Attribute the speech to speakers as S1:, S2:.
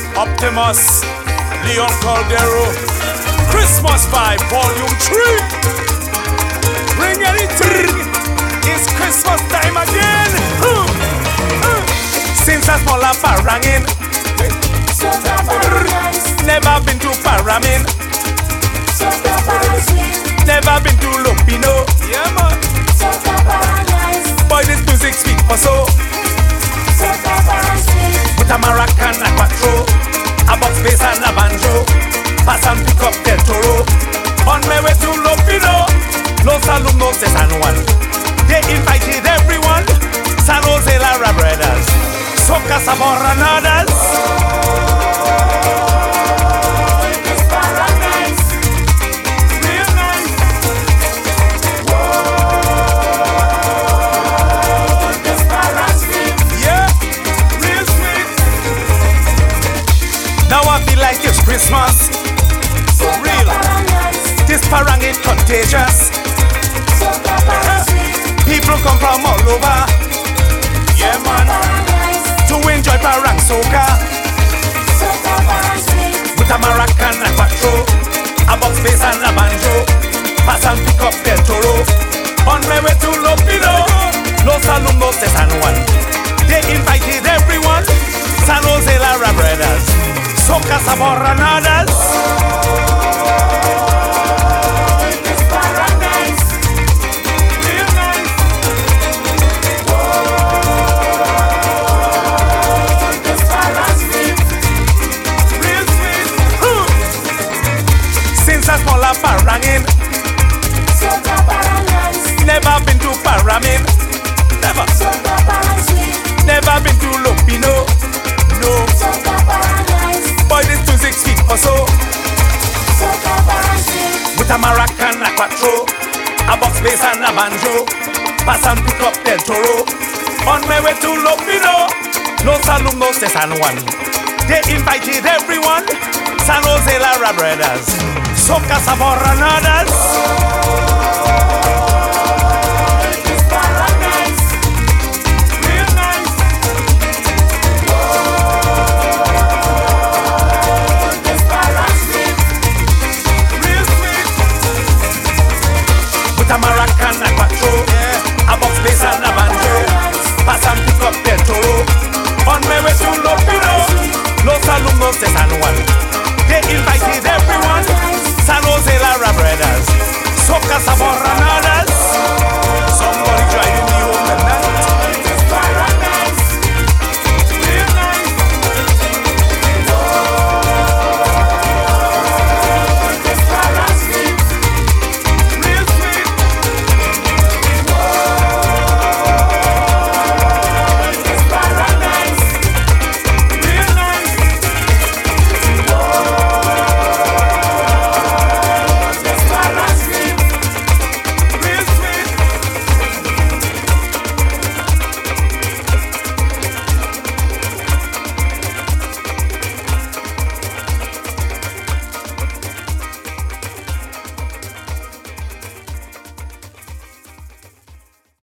S1: Septimus, Leon Caldero, Christmas Vibe Volume 3. Bring anything, it's Christmas time again. Huh. Huh. Since I small up parangin, never been to Paramin, never been to Lumpino. Yeah, man. Boy, this music speak for so. Put a maracan and quattro A box bass and a banjo Pass and pick up Del Toro On my way to Lopino No saloon, no set and one They invited everyone San Jose Lara Brothers Soca Sabor and others Real nice. Yeah, real sweet. Now I feel like it's Christmas. Real. This parang is contagious. People come from all over. Yeah, man. To enjoy parang soca. With a maracan and patrol. A box bass and a banjo. Pass and pick up Del Toro. On my way to Lopino. No saloon, no set and one. They invited everyone. San Jose Lara Brothers. Soca Saboranadas. Real nice. real sweet. Huh. Since I small up parangin, never been to Paramin, never, never been to Lopino, no. Boy, this music speak for so. With a maracan, a quattro, a box bass and a banjo, pass and pick up Del Toro. On my way to Lopino, no saloon, no set and one. They invited everyone, San Jose Lara Brothers, Soca Saboranadas.